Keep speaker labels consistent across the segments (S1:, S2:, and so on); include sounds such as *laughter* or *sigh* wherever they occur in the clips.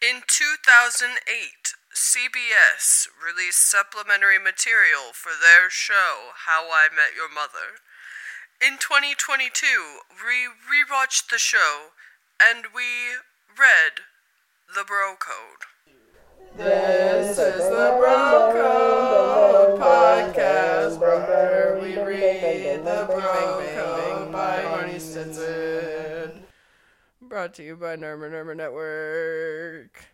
S1: In 2008, CBS released supplementary material for their show How I Met Your Mother. In 2022, we rewatched the show and we read the Bro Code. This is the Bro Code podcast, where we read the Bro Code by Arnie Stinson. Brought to you by Nerma Nerma Network.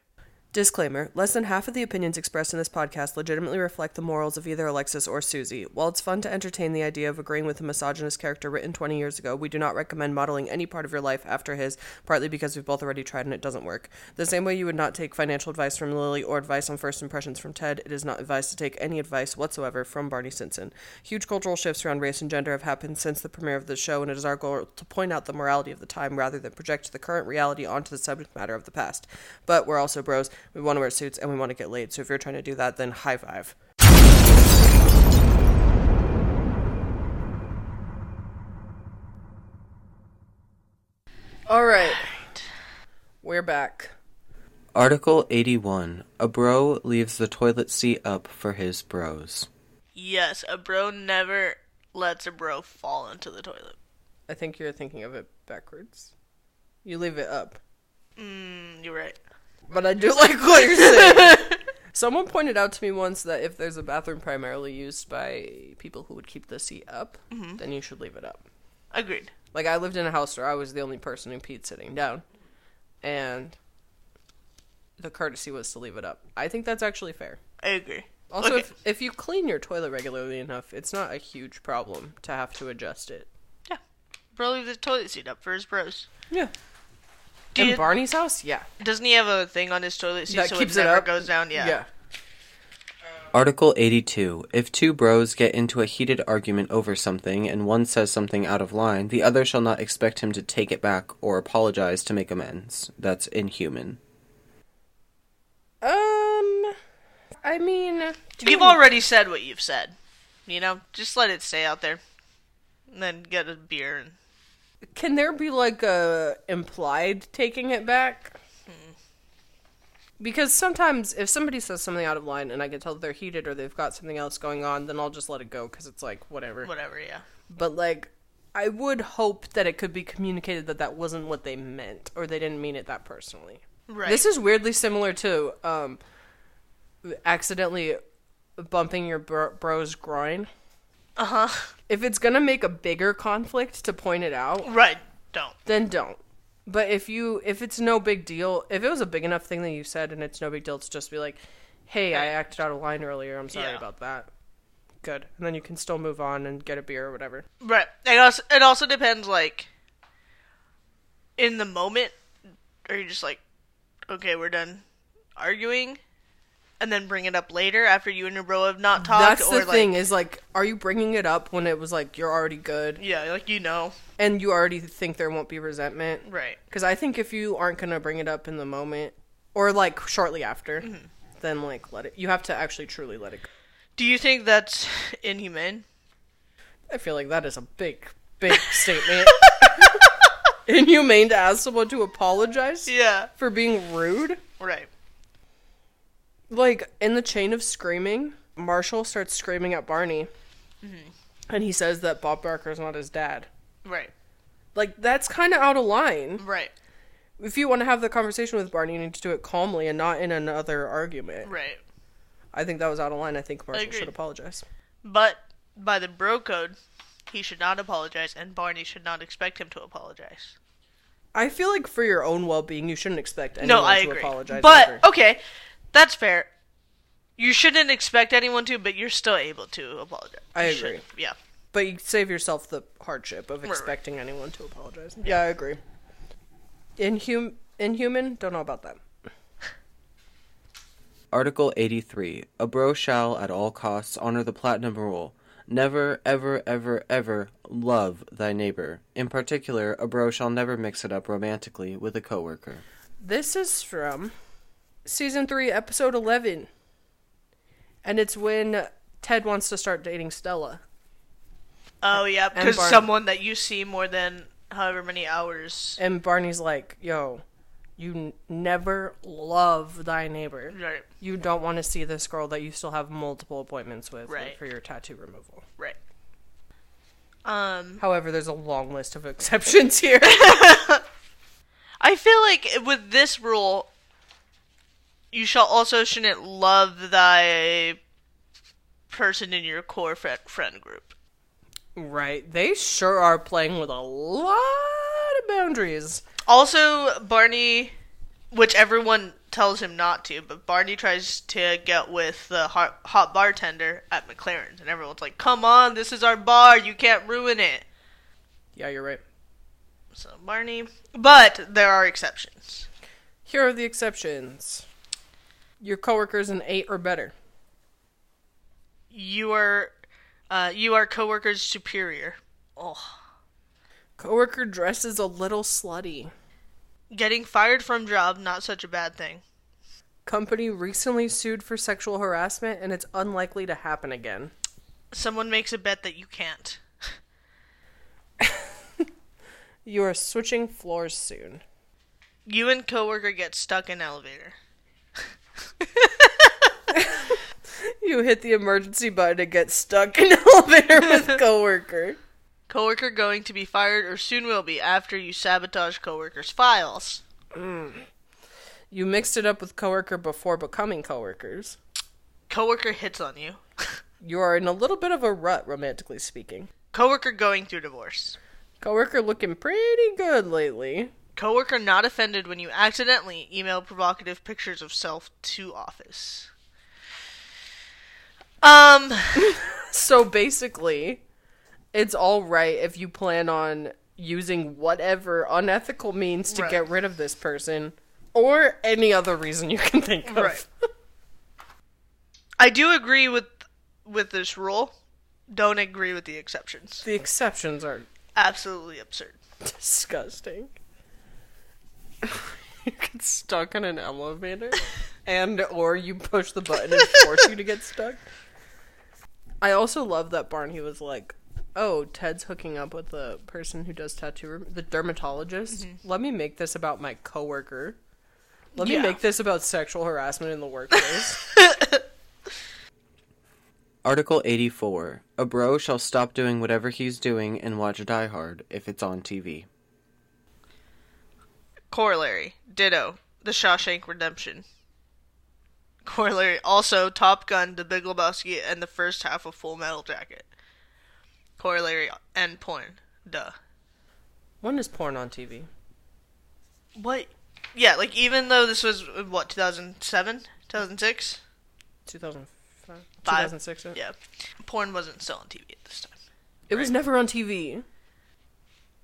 S1: Disclaimer Less than half of the opinions expressed in this podcast legitimately reflect the morals of either Alexis or Susie. While it's fun to entertain the idea of agreeing with a misogynist character written 20 years ago, we do not recommend modeling any part of your life after his, partly because we've both already tried and it doesn't work. The same way you would not take financial advice from Lily or advice on first impressions from Ted, it is not advised to take any advice whatsoever from Barney Stinson. Huge cultural shifts around race and gender have happened since the premiere of the show, and it is our goal to point out the morality of the time rather than project the current reality onto the subject matter of the past. But we're also bros, we want to wear suits, and we want to get laid, so if you're trying to do that, then high five. All right. We're back.
S2: Article 81. A bro leaves the toilet seat up for his bros.
S3: Yes, a bro never lets a bro fall into the toilet.
S1: I think you're thinking of it backwards. You leave it up.
S3: Mm, you're right.
S1: But I do *laughs* like what you're
S3: *laughs*
S1: saying. Someone pointed out to me once that if there's a bathroom primarily used by people who would keep the seat up,
S3: Mm-hmm.
S1: then you should leave it up.
S3: Agreed.
S1: Like I lived in a house where I was the only person who peed sitting down, and the courtesy was to leave it up. I think that's actually fair.
S3: I agree.
S1: Also,
S3: Okay.
S1: if, if you clean your toilet regularly enough, it's not a huge problem to have to adjust it.
S3: yeah, bro leaves the toilet seat up for his bros.
S1: Yeah.
S3: Do
S1: in
S3: you-
S1: Barney's house, yeah,
S3: Doesn't he have a thing on his toilet seat
S1: that
S3: so
S1: keeps
S3: it
S1: it,
S3: never
S1: up.
S3: goes down? Yeah.
S1: yeah.
S2: Article 82. If two bros get into a heated argument over something and one says something out of line, the other shall not expect him to take it back or apologize to make amends. That's inhuman.
S1: Um, I mean,
S3: You've already said what you've said. You know, just let it stay out there, and then get a beer. And...
S1: can there be like a implied taking it back? Because sometimes if somebody says something out of line and I can tell that they're heated or they've got something else going on, then I'll just let it go because it's like whatever.
S3: Whatever. Yeah.
S1: But like, I would hope that it could be communicated that that wasn't what they meant or they didn't mean it that personally.
S3: Right.
S1: This is weirdly similar to um, accidentally bumping your bro- bro's groin.
S3: Uh huh.
S1: If it's gonna make a bigger conflict to point it out,
S3: Right. Don't.
S1: then don't. But if you if it's no big deal, if it was a big enough thing that you said and it's no big deal to just be like, "Hey, I acted out of line earlier. I'm sorry
S3: Yeah.
S1: about that." Good. And then you can still move on and get a beer or whatever.
S3: Right. It also it also depends like in the moment are you just like okay, we're done arguing and then bring it up later after you and your bro have not talked
S1: That's
S3: or
S1: the
S3: like
S1: thing is like, are you bringing it up when it was like you're already good
S3: yeah, like you know.
S1: and you already think there won't be resentment?
S3: Right.
S1: Because I think if you aren't gonna bring it up in the moment or like shortly after, then like let it. You have to actually truly let it go.
S3: Do you think that's *laughs* inhumane?
S1: I feel like that is a big, big statement. Inhumane to ask someone to apologize
S3: Yeah.
S1: for being rude.
S3: Right.
S1: Like in the chain of screaming, Marshall starts screaming at Barney, and he says that Bob Barker is not his dad.
S3: Right.
S1: Like that's kind of out of line.
S3: Right.
S1: If you want to have the conversation with Barney, you need to do it calmly and not in another argument.
S3: Right.
S1: I think that was out of line. I think Marshall
S3: agree.
S1: should apologize.
S3: But by the bro code, he should not apologize and Barney should not expect him to apologize.
S1: I feel like for your own well-being, you shouldn't expect anyone
S3: No, I
S1: to
S3: agree.
S1: apologize.
S3: but
S1: ever.
S3: okay, that's fair. You shouldn't expect anyone to, but you're still able to apologize.
S1: I
S3: You should.
S1: agree.
S3: Yeah,
S1: But you save yourself the hardship of
S3: right.
S1: expecting anyone to apologize. Yeah, I agree. Inhum- inhuman? Don't know about that.
S2: Article 83. A bro shall, at all costs, honor the platinum rule. Never, ever, ever, ever love thy neighbor. In particular, a bro shall never mix it up romantically with a coworker.
S1: This is from season 3, episode 11. And it's when Ted wants to start dating Stella.
S3: Oh yeah,
S1: And
S3: because
S1: Barney.
S3: someone that you see more than however many hours.
S1: And Barney's like, yo, You n- never love thy neighbor.
S3: Right.
S1: You don't want to see this girl that you still have multiple appointments with like,
S3: Right.
S1: for your tattoo removal.
S3: Right. Um,
S1: However, there's a long list of *laughs* exceptions here.
S3: I feel like with this rule, you shall also shouldn't love thy person in your core friend, friend group.
S1: right. They sure are playing with a lot of boundaries.
S3: Also, Barney, which everyone tells him not to, but Barney tries to get with the hot, hot bartender at McLaren's, and everyone's like, "Come on, this is our bar. You can't ruin it."
S1: Yeah, you're right.
S3: So Barney, but there are exceptions.
S1: Here are the exceptions. Your coworker's an eight or better.
S3: You are, uh, you are coworkers superior. Oh,
S1: Coworker dresses a little slutty.
S3: getting fired from job not such a bad thing.
S1: Company recently sued for sexual harassment and it's unlikely to happen again.
S3: Someone makes a bet that you can't.
S1: You are switching floors soon.
S3: You and coworker get stuck in elevator.
S1: You hit the emergency button and get stuck in *laughs* elevator
S3: *laughs*
S1: with coworker.
S3: Coworker going to be fired or soon will be after you sabotage coworker's files.
S1: You mixed it up with coworker before becoming coworkers.
S3: Coworker hits on you.
S1: You are in a little bit of a rut, romantically speaking.
S3: Coworker going through divorce.
S1: Coworker looking pretty good lately.
S3: Coworker not offended when you accidentally email provocative pictures of self to office. Um,
S1: So basically, it's all right if you plan on using whatever unethical means to
S3: Right.
S1: get rid of this person or any other reason you can think of.
S3: Right. I do agree with with this rule. Don't agree with the exceptions.
S1: The exceptions are
S3: Absolutely absurd.
S1: disgusting. *laughs* you get stuck in an elevator and or you push the button and force you to get stuck. I also love that Barney was like, "Oh, Ted's hooking up with the person who does tattoo rem- the dermatologist. Let me make this about my coworker. Let
S3: Mm-hmm. Yeah.
S1: me make this about sexual harassment in the
S3: *laughs*
S1: workplace."
S2: Article 84. A bro shall stop doing whatever he's doing and watch Die Hard if it's on TV.
S3: Corollary, ditto, The Shawshank Redemption. Corollary, also Top Gun, The Big Lebowski, and the first half of Full Metal Jacket. Corollary, and porn, duh.
S1: when is porn on TV?
S3: What? Yeah, like even though this was what 2007, 2006,
S1: 2005,
S3: Five.
S1: 2006. Yeah.
S3: yeah, porn wasn't still on TV at this time.
S1: It was never on TV.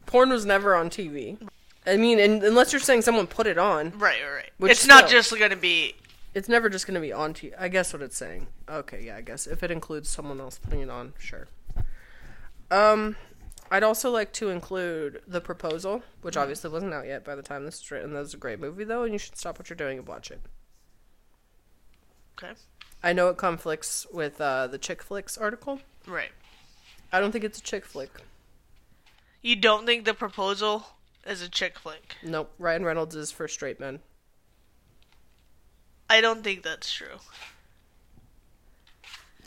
S1: Porn was never on TV. I mean, and, unless you're saying someone put it on,
S3: Right, right, right.
S1: Which
S3: it's not
S1: still-
S3: just gonna be
S1: it's never just going to be on TV. I guess what it's saying. Okay, yeah, I guess if it includes someone else putting it on, sure. Um, I'd also like to include The Proposal, which obviously wasn't out yet by the time this was written. That was a great movie, though, and you should stop what you're doing and watch it.
S3: okay,
S1: I know it conflicts with uh, the chick flicks article.
S3: right.
S1: I don't think it's a chick flick.
S3: You don't think the proposal is a chick flick?
S1: Nope, Ryan Reynolds is for straight men.
S3: I don't think that's true.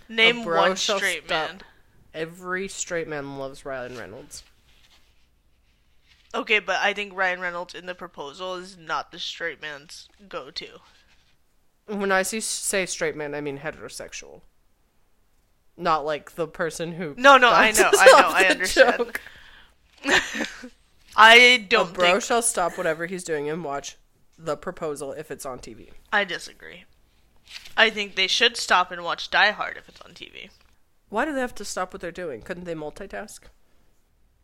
S3: Name
S1: bro
S3: one
S1: shall
S3: straight
S1: stop.
S3: man.
S1: Every straight man loves Ryan Reynolds.
S3: Okay, but I think Ryan Reynolds in the proposal is not the straight man's go to.
S1: When I see, say straight man, I mean heterosexual. Not like the person who.
S3: No, no, I
S1: bounces *laughs*
S3: know, I know,
S1: off
S3: I
S1: the
S3: understand.
S1: joke.
S3: *laughs* I
S1: A
S3: don't
S1: bro
S3: think
S1: shall stop whatever he's doing and watch The Proposal if it's on TV.
S3: I disagree. I think they should stop and watch Die Hard if it's on TV.
S1: Why do they have to stop what they're doing? Couldn't they multitask?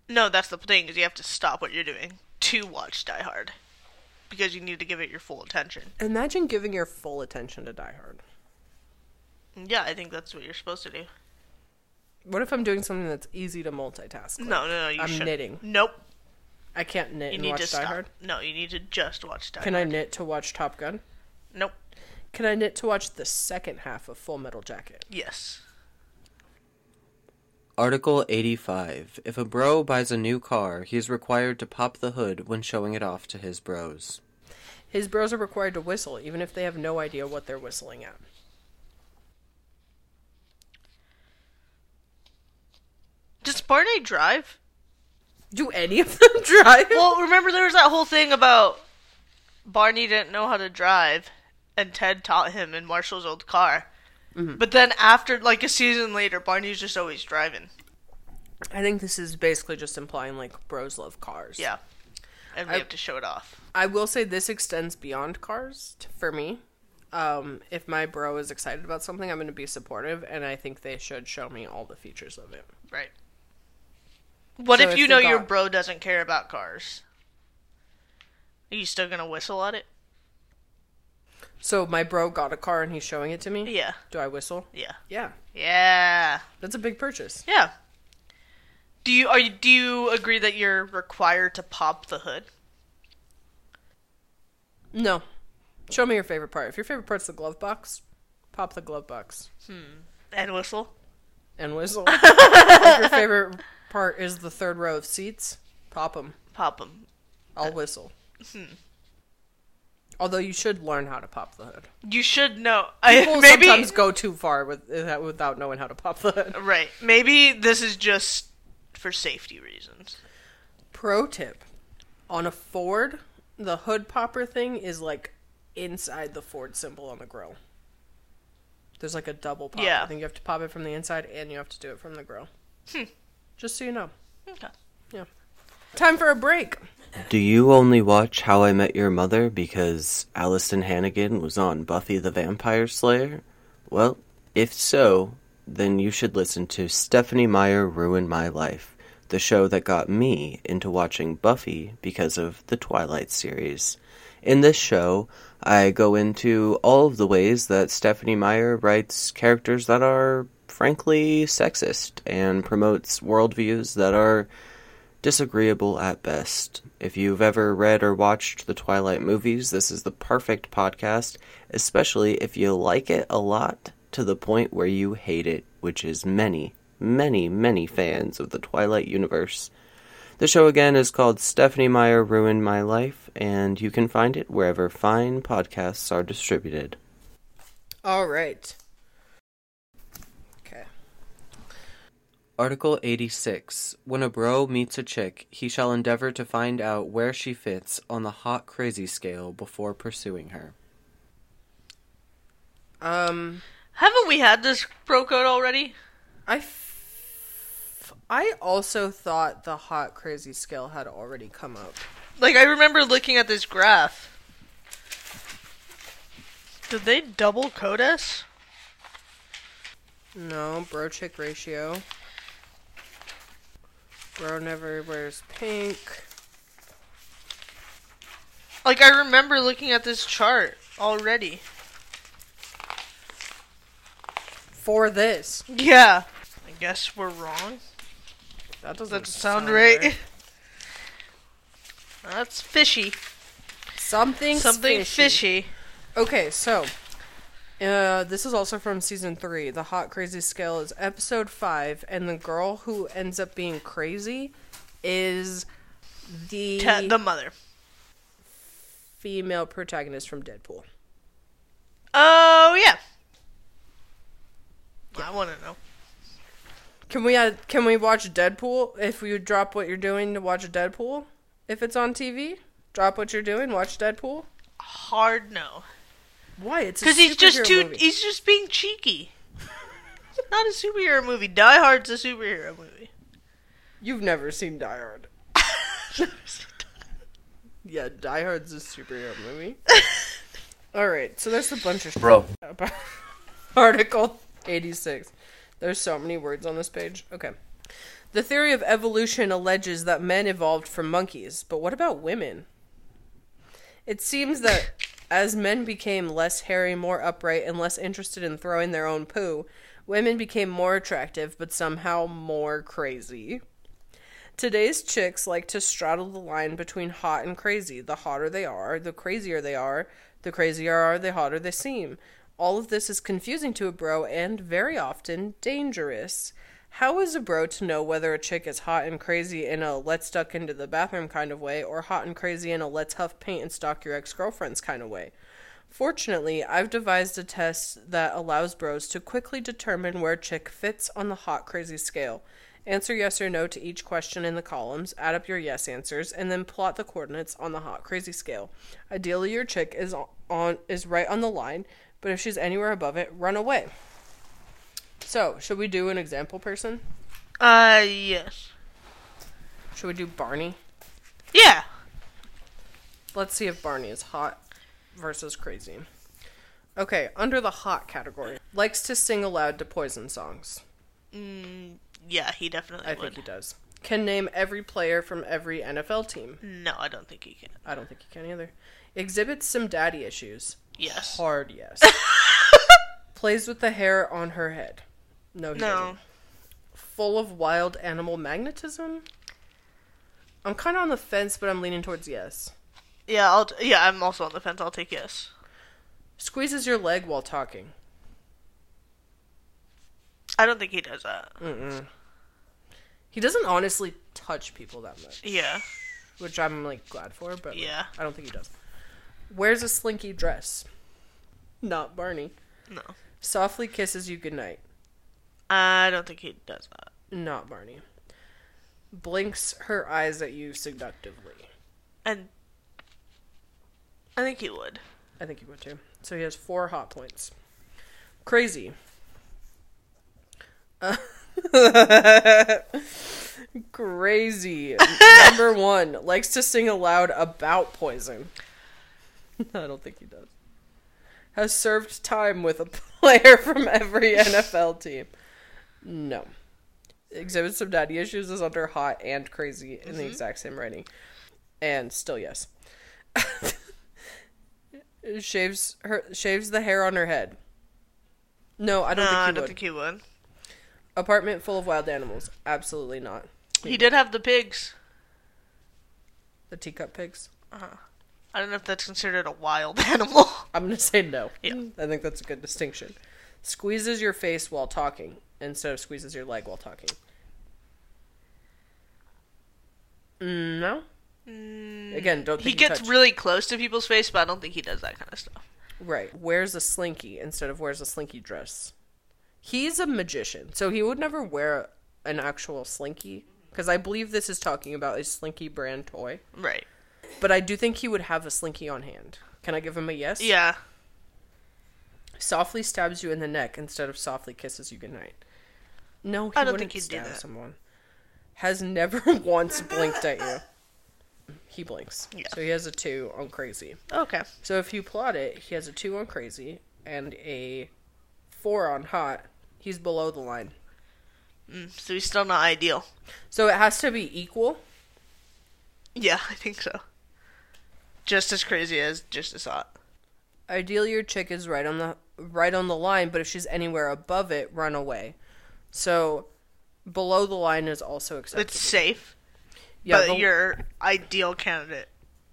S3: No, that's the thing is you have to stop what you're doing to watch Die Hard because you need to give it your full attention.
S1: Imagine giving your full attention to Die Hard.
S3: Yeah, I think that's what you're supposed to do.
S1: What if I'm doing something that's easy to multitask? with?
S3: no, no, no, you
S1: I'm
S3: should.
S1: knitting.
S3: Nope.
S1: I can't knit
S3: You
S1: and
S3: need
S1: watch
S3: to
S1: Die
S3: stop.
S1: Hard.
S3: No, you need to just watch Die
S1: Can I
S3: Hard.
S1: knit to watch Top Gun?
S3: Nope.
S1: Can I knit to watch the second half of Full Metal Jacket?
S3: Yes.
S2: Article 85. If a bro buys a new car, he is required to pop the hood when showing it off to his bros.
S1: His bros are required to whistle, even if they have no idea what they're whistling at.
S3: Does Barney drive?
S1: Do any of them *laughs* drive?
S3: Well, remember there was that whole thing about Barney didn't know how to drive, and Ted taught him in Marshall's old car.
S1: Mm-hmm.
S3: But then after, like a season later, Barney's just always driving.
S1: I think this is basically just implying like bros love cars.
S3: Yeah, and we
S1: I-
S3: have to show it off.
S1: I will say this extends beyond cars t- for me. Um, if my bro is excited about something, I'm going to be supportive, and I think they should show me all the features of it.
S3: Right. What
S1: So
S3: if
S1: if
S3: you
S1: they
S3: know your
S1: got-
S3: bro doesn't care about cars? Are you still gonna whistle at it?
S1: So my bro got a car and he's showing it to me.
S3: Yeah,
S1: Do I whistle?
S3: yeah,
S1: Yeah,
S3: yeah,
S1: that's a big purchase.
S3: yeah. Do you are you, do you agree that you're required to pop the hood?
S1: No, show me your favorite part. If your favorite part's the glove box, pop the glove box
S3: and whistle.
S1: and
S3: *laughs*
S1: whistle. if your favorite part is the third row of seats, pop them.
S3: Pop them.
S1: I'll whistle. Hmm. Although you should learn how to pop the *laughs* hood.
S3: You should know. *laughs* I,
S1: People
S3: maybe
S1: sometimes go too far with uh, without knowing how to pop the hood.
S3: right. Maybe this is just for safety reasons.
S1: *laughs* Pro tip: on a Ford, the hood popper thing is like inside the Ford symbol on the grill. There's like a double pop.
S3: Yeah.
S1: I think you have to pop it from the inside and you have to do it from the grill. Just so you know.
S3: Okay.
S1: Yeah. Time for a break.
S2: Do you only watch How I Met Your Mother because Allison Hannigan was on Buffy the Vampire Slayer? Well, if so, then you should listen to Stephanie Meyer Ruin My Life, the show that got me into watching Buffy because of the Twilight series. In this show, I go into all of the ways that Stephanie Meyer writes characters that are frankly sexist and promotes worldviews that are disagreeable at best. If you've ever read or watched the Twilight movies, this is the perfect podcast, especially if you like it a lot to the point where you hate it, which is many, many, many fans of the Twilight universe. The show again is called Stephanie Meyer Ruined My Life, and you can find it wherever fine podcasts are distributed.
S1: All right. Okay.
S2: Article 86. When a bro meets a chick, he shall endeavor to find out where she fits on the hot crazy scale before pursuing her.
S1: Um,
S3: Haven't we had this pro code already?
S1: I. F- I also thought the hot crazy scale had already come up.
S3: Like I remember looking at this graph. Did they double code us?
S1: No, bro chick ratio. Bro never wears pink.
S3: Like I remember looking at this chart already.
S1: For this.
S3: Yeah. I guess we're wrong.
S1: That doesn't
S3: That doesn't sound *laughs* right. That's fishy.
S1: Something
S3: Something fishy.
S1: Okay, so uh, this is also from season three. The hot crazy scale is episode five, and the girl who ends up being crazy is the
S3: Ta- the mother.
S1: female protagonist from Deadpool.
S3: Oh yeah. I want to know.
S1: Can we uh, can we watch Deadpool if you drop what you're doing to watch Deadpool? If it's on TV, drop what you're doing, watch Deadpool.
S3: Hard *laughs* no.
S1: Why? It's
S3: Because he's just too. He's just being cheeky. *laughs* It's not a superhero movie. Die Hard's a superhero movie.
S1: You've never seen Die Hard. *laughs* Yeah, Die Hard's a superhero movie. *laughs* All right, so there's a bunch of bro. *laughs* Article 86. There's so many words on this page. Okay. The theory of evolution alleges that men evolved from monkeys, but what about women? It seems that as men became less hairy, more upright, and less interested in throwing their own poo, women became more attractive, but somehow more crazy. Today's chicks like to straddle the line between hot and crazy. The hotter they are, the crazier they are, the crazier are, the hotter they seem. All of this is confusing to a bro and very often dangerous. How is a bro to know whether a chick is hot and crazy in a let's duck into the bathroom kind of way or hot and crazy in a let's huff paint and stalk your ex girlfriends kind of way? Fortunately, I've devised a test that allows bros to quickly determine where a chick fits on the hot crazy scale. Answer yes or no to each question in the columns, add up your yes answers, and then plot the coordinates on the hot crazy scale. Ideally, your chick is on is right on the line, but if she's anywhere above it, run away. So, should we do an example person?
S3: Uh, yes.
S1: Should we do Barney?
S3: Yeah.
S1: Let's see if Barney is hot versus crazy. Okay, under the hot category. Likes to sing aloud to poison songs.
S3: Mm, yeah, he definitely
S1: I
S3: would.
S1: think he does. Can name every player from every NFL team.
S3: No, I don't think he can.
S1: I don't think he can either. Exhibits some daddy issues.
S3: Yes.
S1: Hard yes. Plays with the hair on her head. No, he
S3: No.
S1: doesn't. Full of wild animal magnetism. I'm kind of on the fence, but I'm leaning towards yes.
S3: Yeah, I'll. T- yeah, I'm also on the fence. I'll take yes.
S1: Squeezes your leg while talking.
S3: I don't think he does that.
S1: He doesn't honestly touch people that much,
S3: Yeah.
S1: which I'm like glad for, but like,
S3: Yeah.
S1: I don't think he does. Wears a slinky dress. Not Barney.
S3: No.
S1: Softly kisses you goodnight.
S3: I don't think he does that.
S1: Not Barney. Blinks her eyes at you seductively.
S3: And I think he would.
S1: I think he would too. So he has four hot points. Crazy. Uh,
S3: *laughs*
S1: Crazy. Number one likes to sing aloud about poison. *laughs* I don't think he does. Has served time with a *laughs* player from
S3: *laughs*
S1: every NFL team. No. Exhibits of daddy issues is under hot and crazy in
S3: Mm-hmm.
S1: the exact same writing. And still yes *laughs* shaves her shaves the hair on her head. No, I don't
S3: No,
S1: think he
S3: I
S1: would.
S3: don't think he would.
S1: Apartment full of wild animals. Absolutely not.
S3: He did have the pigs.
S1: The teacup pigs.
S3: I don't know if that's considered a wild *laughs* animal.
S1: I'm gonna say no.
S3: *laughs* Yeah.
S1: I think that's a good distinction. Squeezes your face while talking instead of squeezes your leg while talking. Mm, No. Again, don't
S3: Mm.
S1: think
S3: he
S1: he,
S3: gets
S1: touched-
S3: really close to people's face, but I don't think he does that kind of stuff.
S1: right. Wears a slinky instead of wears a slinky dress. He's a magician, so he would never wear an actual slinky because I believe this is talking about a slinky brand toy.
S3: Right.
S1: But I do think he would have a slinky on hand. Can I give him a yes?
S3: Yeah.
S1: Softly stabs you in the neck instead of softly kisses you goodnight. No, he
S3: I don't
S1: wouldn't
S3: think he'd do
S1: stab
S3: that.
S1: someone. Has never *laughs* once blinked at you. He blinks.
S3: Yeah.
S1: So he has a two on crazy.
S3: Okay.
S1: So if you plot it, he has a two on crazy and a four on hot. He's below the line.
S3: So he's still not ideal.
S1: So it has to be equal.
S3: Yeah, I think so. Just as crazy as just as hot.
S1: Ideally, your chick is right on the right on the line, but if she's anywhere above it, run away. So below the line is also acceptable.
S3: It's safe,
S1: yeah,
S3: but
S1: the-
S3: your ideal candidate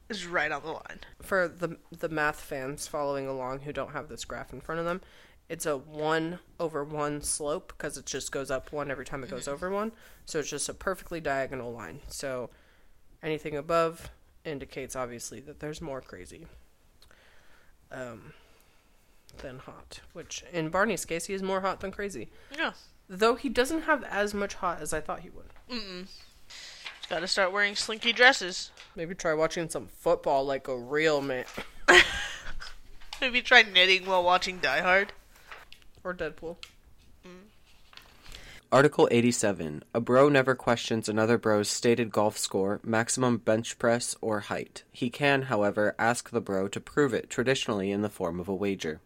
S3: is right on the line.
S1: for the the math fans following along who don't have this graph in front of them, it's a one over one slope because it just goes up one every time it goes over one. So it's just a perfectly diagonal line. So anything above indicates obviously that there's more crazy um, than hot, which in Barney's case he is more hot than crazy,
S3: Yeah.
S1: though he doesn't have as much hot as I thought he would.
S3: Gotta start wearing slinky dresses.
S1: Maybe try watching some football like a real man
S3: Maybe try knitting while watching Die Hard.
S1: or Deadpool.
S2: Article 87. A bro never questions another bro's stated golf score, maximum bench press, or height. He can, however, ask the bro to prove it, traditionally in the form of a wager.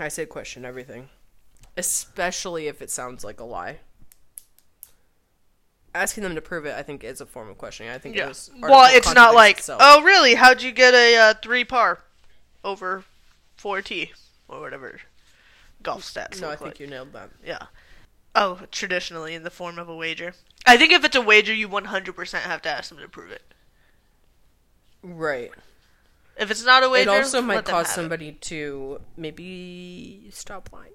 S1: I say question everything, especially if it sounds like a lie. Asking them to prove it, I think, is a form of questioning. I think it was.
S3: Well,
S1: article
S3: it's not
S1: contradicts
S3: like,
S1: itself.
S3: oh, really? How'd you get a uh, three par over four t or whatever golf stats?
S1: Mm, No, I
S3: look
S1: think
S3: like.
S1: you nailed that.
S3: Yeah. Oh, traditionally in the form of a wager. I think if it's a wager, you 100% have to ask them to prove it.
S1: Right.
S3: If it's not a wager,
S1: it also might
S3: let them
S1: cause
S3: have it.
S1: somebody to maybe stop lying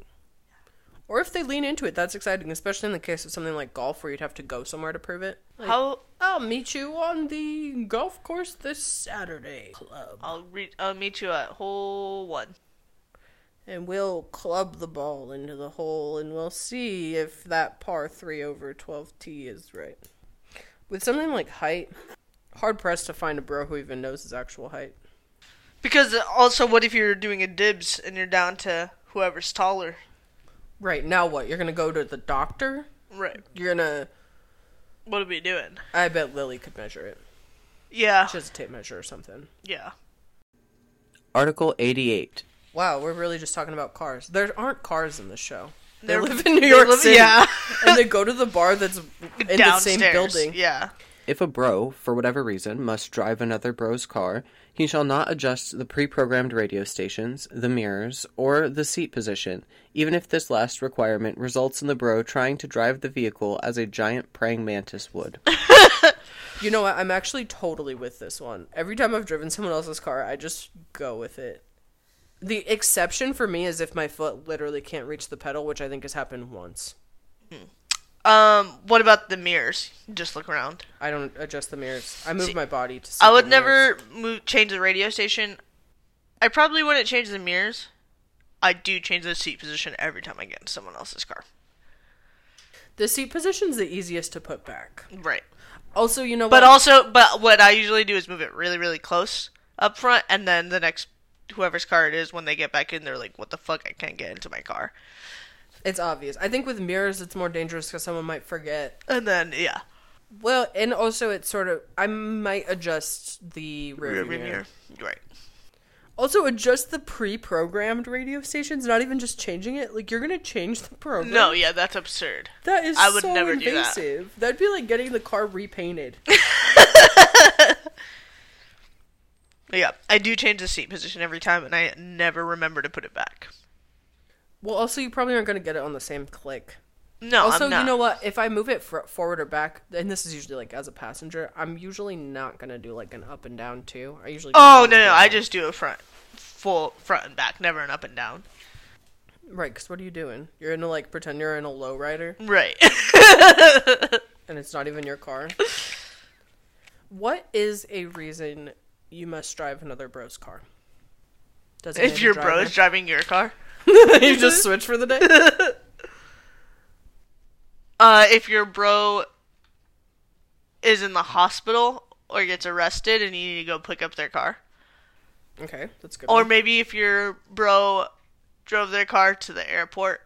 S1: Or if they lean into it, that's exciting, especially in the case of something like golf where you'd have to go somewhere to prove it. Like,
S3: How
S1: I'll meet you on the golf course this Saturday, club.
S3: I'll re- I'll meet you at hole one.
S1: And we'll club the ball into the hole and we'll see if that par 3 over 12T is right. With something like height, hard pressed to find a bro who even knows his actual height.
S3: Because uh, also, what if you're doing a dibs and you're down to whoever's taller?
S1: Right, now what? You're gonna go to the doctor?
S3: Right.
S1: You're gonna.
S3: What are we doing?
S1: I bet Lily could measure it.
S3: Yeah.
S1: She has a tape measure or something.
S3: yeah.
S2: Article 88.
S1: Wow, we're really just talking about cars. There aren't cars in this show. They
S3: They're- *laughs*
S1: live in New
S3: they
S1: York
S3: live-
S1: City.
S3: yeah.
S1: *laughs* and they go to the bar that's in the same
S3: Downstairs,
S1: building.
S3: Yeah.
S2: If a bro, for whatever reason, must drive another bro's car, he shall not adjust the pre programmed radio stations, the mirrors, or the seat position, even if this last requirement results in the bro trying to drive the vehicle as a giant praying mantis would.
S1: You know what? I'm actually totally with this one. Every time I've driven someone else's car, I just go with it. The exception for me is if my foot literally can't reach the pedal, which I think has happened once.
S3: Um. What about the mirrors? Just look around.
S1: I don't adjust the mirrors. I move my body to. See
S3: I would
S1: the mirrors.
S3: never move change the radio station. I probably wouldn't change the mirrors. I do change the seat position every time I get in someone else's car.
S1: The seat position's the easiest to put back.
S3: Right.
S1: Also, you know
S3: But
S1: what?
S3: also, but what I usually do is move it really, really close up front, and then the next whoever's car it is, when they get back in, they're like, "What the fuck? I can't get into my car."
S1: it's obvious. I think with mirrors, it's more dangerous because someone might forget
S3: And then yeah,
S1: Well, and also it's sort of I might adjust the rear,
S3: rear
S1: mirror.
S3: mirror. Right.
S1: Also adjust the pre-programmed radio stations, not even just changing it. Like you're gonna change the program.
S3: No, yeah, that's absurd.
S1: that is
S3: I would
S1: so
S3: never do that.
S1: invasive. that. would be like getting the car
S3: *laughs*
S1: repainted.
S3: But yeah, I do change the seat position every time, and I never remember to put it back.
S1: well, also you probably aren't gonna get it on the same click.
S3: No,
S1: Also,
S3: I'm not.
S1: you know what? If I move it fr- forward or back, and this is usually like as a passenger, I'm usually not gonna do like an up and down too. I usually. do
S3: Oh
S1: forward
S3: no, no,
S1: and
S3: I
S1: back.
S3: just do a front, full front and back, never an up and down.
S1: right. Because what are you doing? You're gonna like pretend you're in a low rider.
S3: Right.
S1: and it's not even your car.
S3: *laughs*
S1: what is a reason you must drive another bro's car? Designated
S3: *laughs* if your
S1: driver.
S3: bro is driving your car,
S1: *laughs* you just switch for the day.
S3: *laughs* uh, if your bro is in the hospital or gets arrested and you need to go pick up their car,
S1: Okay, that's good.
S3: or
S1: one.
S3: maybe if your bro drove their car to the airport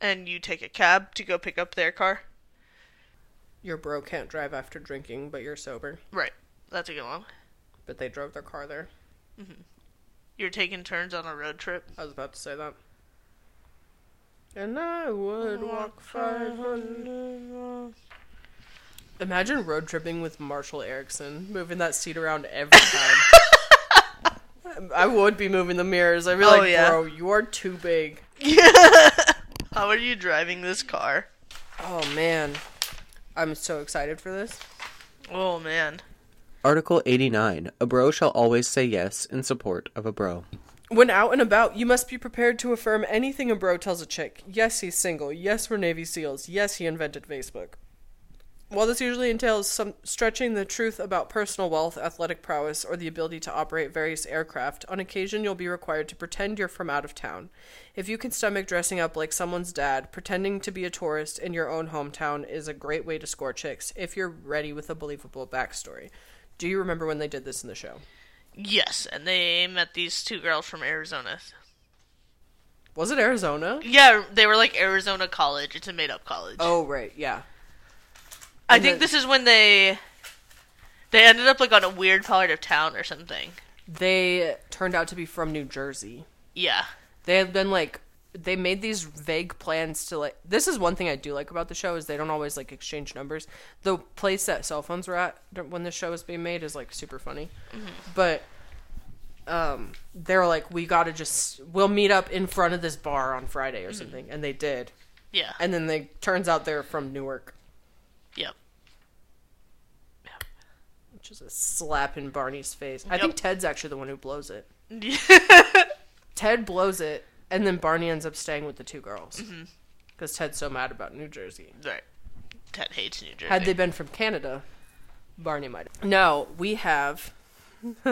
S3: and you take a cab to go pick up their car.
S1: your bro can't drive after drinking, but you're sober.
S3: Right. That's a good one.
S1: But they drove their car there.
S3: You're taking turns on a road trip. *laughs*
S1: I was about to say that. And I would walk 500. Imagine road tripping with Marshall Erickson, moving that seat around every
S3: *laughs*
S1: time. I would be moving the mirrors. I'd be
S3: Oh,
S1: like,
S3: yeah.
S1: bro, you are too big.
S3: How are you driving this car?
S1: Oh, man. I'm so excited for this.
S3: Oh man.
S2: Article 89. A bro shall always say yes in support of a bro.
S1: When out and about, you must be prepared to affirm anything a bro tells a chick. Yes, he's single. Yes, we're Navy SEALs. Yes, he invented Facebook. While this usually entails some stretching the truth about personal wealth, athletic prowess, or the ability to operate various aircraft, on occasion you'll be required to pretend you're from out of town. If you can stomach dressing up like someone's dad, pretending to be a tourist in your own hometown is a great way to score chicks if you're ready with a believable backstory. Do you remember when they did this in the show?
S3: Yes, and they met these two girls from Arizona.
S1: Was it Arizona?
S3: Yeah, they were like Arizona College. It's a made up college.
S1: Oh, right, yeah.
S3: I
S1: and
S3: think
S1: the-
S3: this is when they they ended up like on a weird part of town or something.
S1: they turned out to be from New Jersey.
S3: Yeah.
S1: They had been like they made these vague plans to like this is one thing I do like about the show is they don't always like exchange numbers. The place that cell phones were at d- when the show was being made is like super funny. But um they're like we got to just we'll meet up in front of this bar on Friday or something and they did.
S3: Yeah.
S1: And then they turns out they're from Newark,
S3: yep.
S1: which is a slap in Barney's face. I think Ted's actually the one who blows it. *laughs* Ted blows it, and then Barney ends up staying with the two girls. because Ted's so mad about New Jersey.
S3: Right. Ted hates New Jersey.
S1: Had they been from Canada, Barney might. No, we have. *laughs*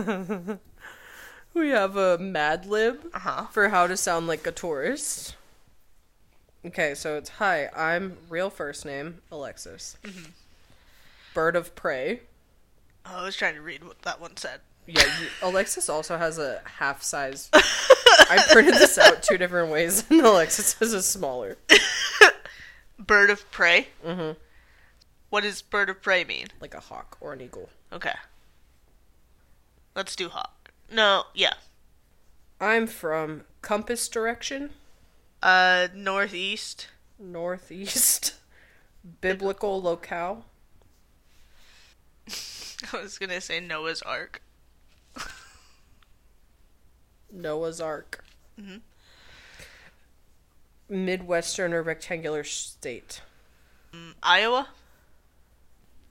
S1: we have a Mad Lib
S3: Uh-huh.
S1: for how to sound like a tourist. Okay, so it's hi, I'm real first name Alexis. Bird of prey.
S3: Oh, I was trying to read what that one said.
S1: Yeah, you, Alexis also has a half size. I printed this out two different ways, and Alexis has a smaller.
S3: Bird of prey. Mm-hmm. What does bird of prey mean?
S1: like a hawk or an eagle.
S3: Okay. Let's do hawk. No, yeah.
S1: I'm from compass direction,
S3: Uh, northeast. *laughs*
S1: northeast, *laughs* biblical locale.
S3: I was gonna say Noah's Ark.
S1: Noah's Ark. Midwestern or rectangular state.
S3: Mm, Iowa.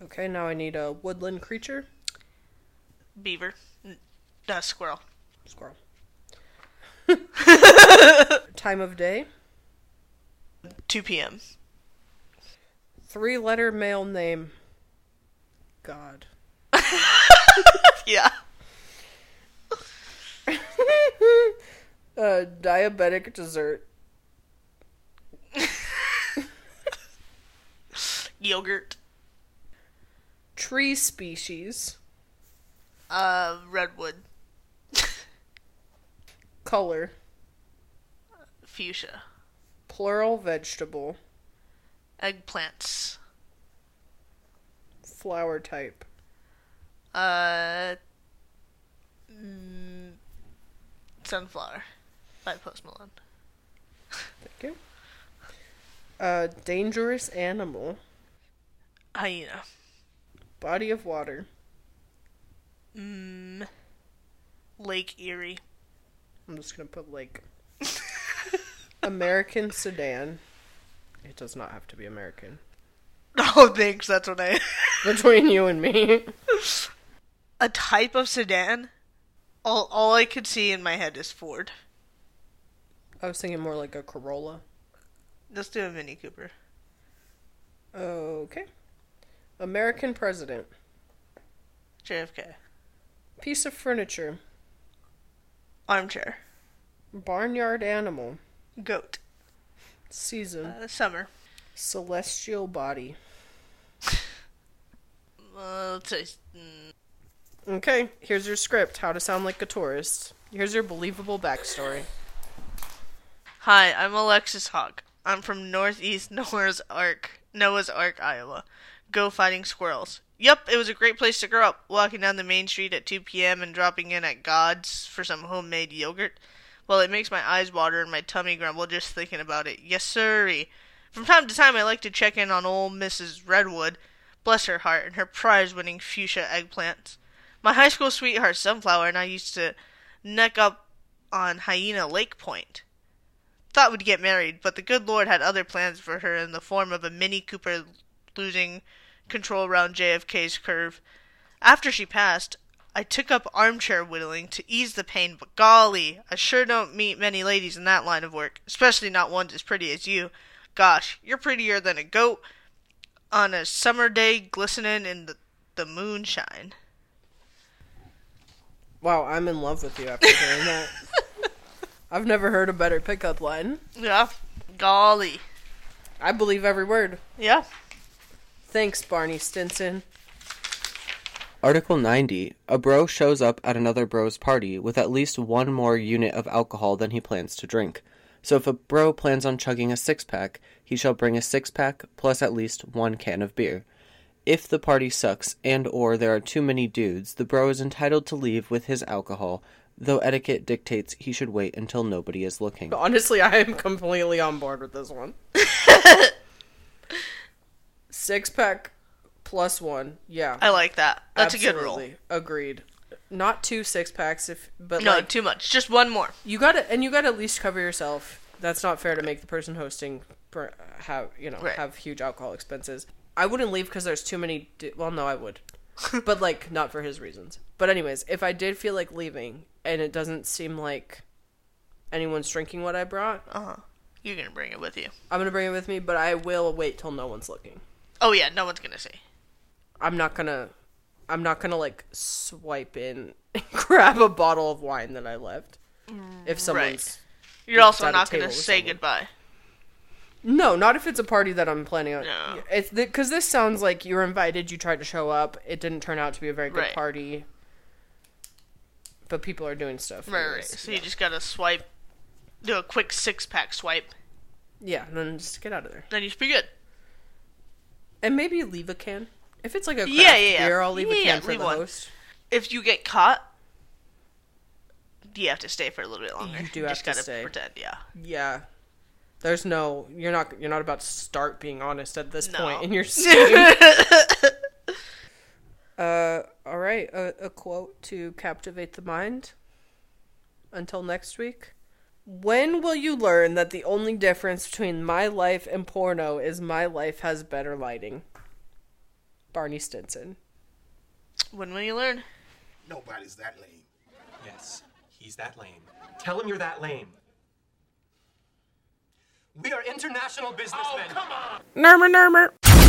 S1: Okay, now I need a woodland creature.
S3: Beaver. N- uh, squirrel.
S1: Squirrel. *laughs* Time of day.
S3: 2 p.m.
S1: Three letter male name. God.
S3: *laughs* Yeah.
S1: uh, diabetic dessert.
S3: Yogurt.
S1: Tree species.
S3: Uh, redwood. *laughs*
S1: Color.
S3: Fuchsia.
S1: Plural vegetable.
S3: Eggplants.
S1: Flower type.
S3: Uh, mm, sunflower. By Post Malone.
S1: Thank you. Uh, dangerous animal.
S3: Hyena.
S1: Body of water.
S3: Mm, Lake Erie. *laughs*
S1: I'm just gonna put like American sedan. It does not have to be American.
S3: Oh, thanks. That's what I. *laughs*
S1: Between you and me.
S3: A type of sedan. All all I could see in my head is Ford.
S1: I was thinking more like a Corolla.
S3: Let's do a Mini Cooper.
S1: Okay. American president.
S3: JFK.
S1: Piece of furniture.
S3: Armchair.
S1: Barnyard animal.
S3: Goat.
S1: Season.
S3: Uh, summer.
S1: Celestial body.
S3: Uh, let's say mm,
S1: Okay, here's your script How to Sound Like a Tourist. Here's your believable backstory.
S3: Hi, I'm Alexis Hawk. I'm from Northeast Noah's Ark, Noah's Ark, Iowa. Go fighting squirrels. Yup, it was a great place to grow up. Walking down the main street at 2 p.m. and dropping in at God's for some homemade yogurt. Well, it makes my eyes water and my tummy grumble just thinking about it. Yes, sirree. From time to time, I like to check in on old Mrs. Redwood, bless her heart, and her prize-winning fuchsia eggplants. My high school sweetheart Sunflower and I used to neck up on Hyena Lake Point thought would get married, but the good Lord had other plans for her in the form of a Mini Cooper losing control around JFK's curve. After she passed, I took up armchair whittling to ease the pain, but golly, I sure don't meet many ladies in that line of work, especially not ones as pretty as you. Gosh, you're prettier than a goat on a summer day glistening in the, the moonshine.
S1: Wow, I'm in love with you after hearing
S3: *laughs*
S1: that. I've never heard a better pickup line.
S3: Yeah. Golly.
S1: I believe every word.
S3: Yeah.
S1: Thanks, Barney Stinson.
S2: Article 90. A bro shows up at another bro's party with at least one more unit of alcohol than he plans to drink. So if a bro plans on chugging a six pack, he shall bring a six pack plus at least one can of beer. If the party sucks and or there are too many dudes, the bro is entitled to leave with his alcohol, though etiquette dictates he should wait until nobody is looking.
S1: Honestly, I am completely on board with this
S3: *laughs*
S1: one. Six pack plus one. Yeah.
S3: I like that. That's a good rule.
S1: absolutely. Agreed. Not two six packs if but
S3: No,
S1: like
S3: too much. Just one more.
S1: you gotta and you gotta at least cover yourself. That's not fair to make the person hosting per, have you know
S3: Right.
S1: have huge alcohol expenses. I wouldn't leave because there's too many. Du- well, no, I would, but like not for his reasons. But anyways, if I did feel like leaving and it doesn't seem like anyone's drinking what I brought,
S3: Uh-huh. You're gonna bring it with you.
S1: I'm gonna bring it with me, but I will wait till no one's looking.
S3: Oh yeah, no one's gonna see.
S1: I'm not gonna I'm not gonna like swipe in *laughs* and grab a bottle of wine that I left. If someone's
S3: You're also
S1: at a
S3: not gonna
S1: table with
S3: say
S1: someone.
S3: goodbye.
S1: No, not if it's a party that I'm planning on.
S3: No.
S1: It's because this sounds like you were invited, you tried to show up, it didn't turn out to be a very good
S3: Right.
S1: party. But people are doing stuff.
S3: Right, right.
S1: anyways.
S3: So you just gotta swipe, do a quick six pack swipe,
S1: Yeah, and then just get out of there.
S3: then you should be good.
S1: And maybe leave a can. If it's like a craft
S3: Yeah, yeah, yeah.
S1: beer, I'll leave
S3: Yeah,
S1: a
S3: yeah,
S1: can for
S3: leave
S1: the
S3: one.
S1: host.
S3: If you get caught, you have to stay for a little bit longer.
S1: You do have
S3: just
S1: to
S3: gotta
S1: stay.
S3: pretend, yeah.
S1: Yeah. There's no you're not you're not about to start being honest at this
S3: No.
S1: point in your *laughs* scheme. uh all right, a, a quote to captivate the mind. Until next week. When will you learn that the only difference between my life and porno is my life has better lighting? Barney Stinson.
S3: When will you learn?
S4: Nobody's that lame.
S5: Yes, he's that lame. Tell him you're that lame. We are international businessmen.
S1: Nermer, nermer.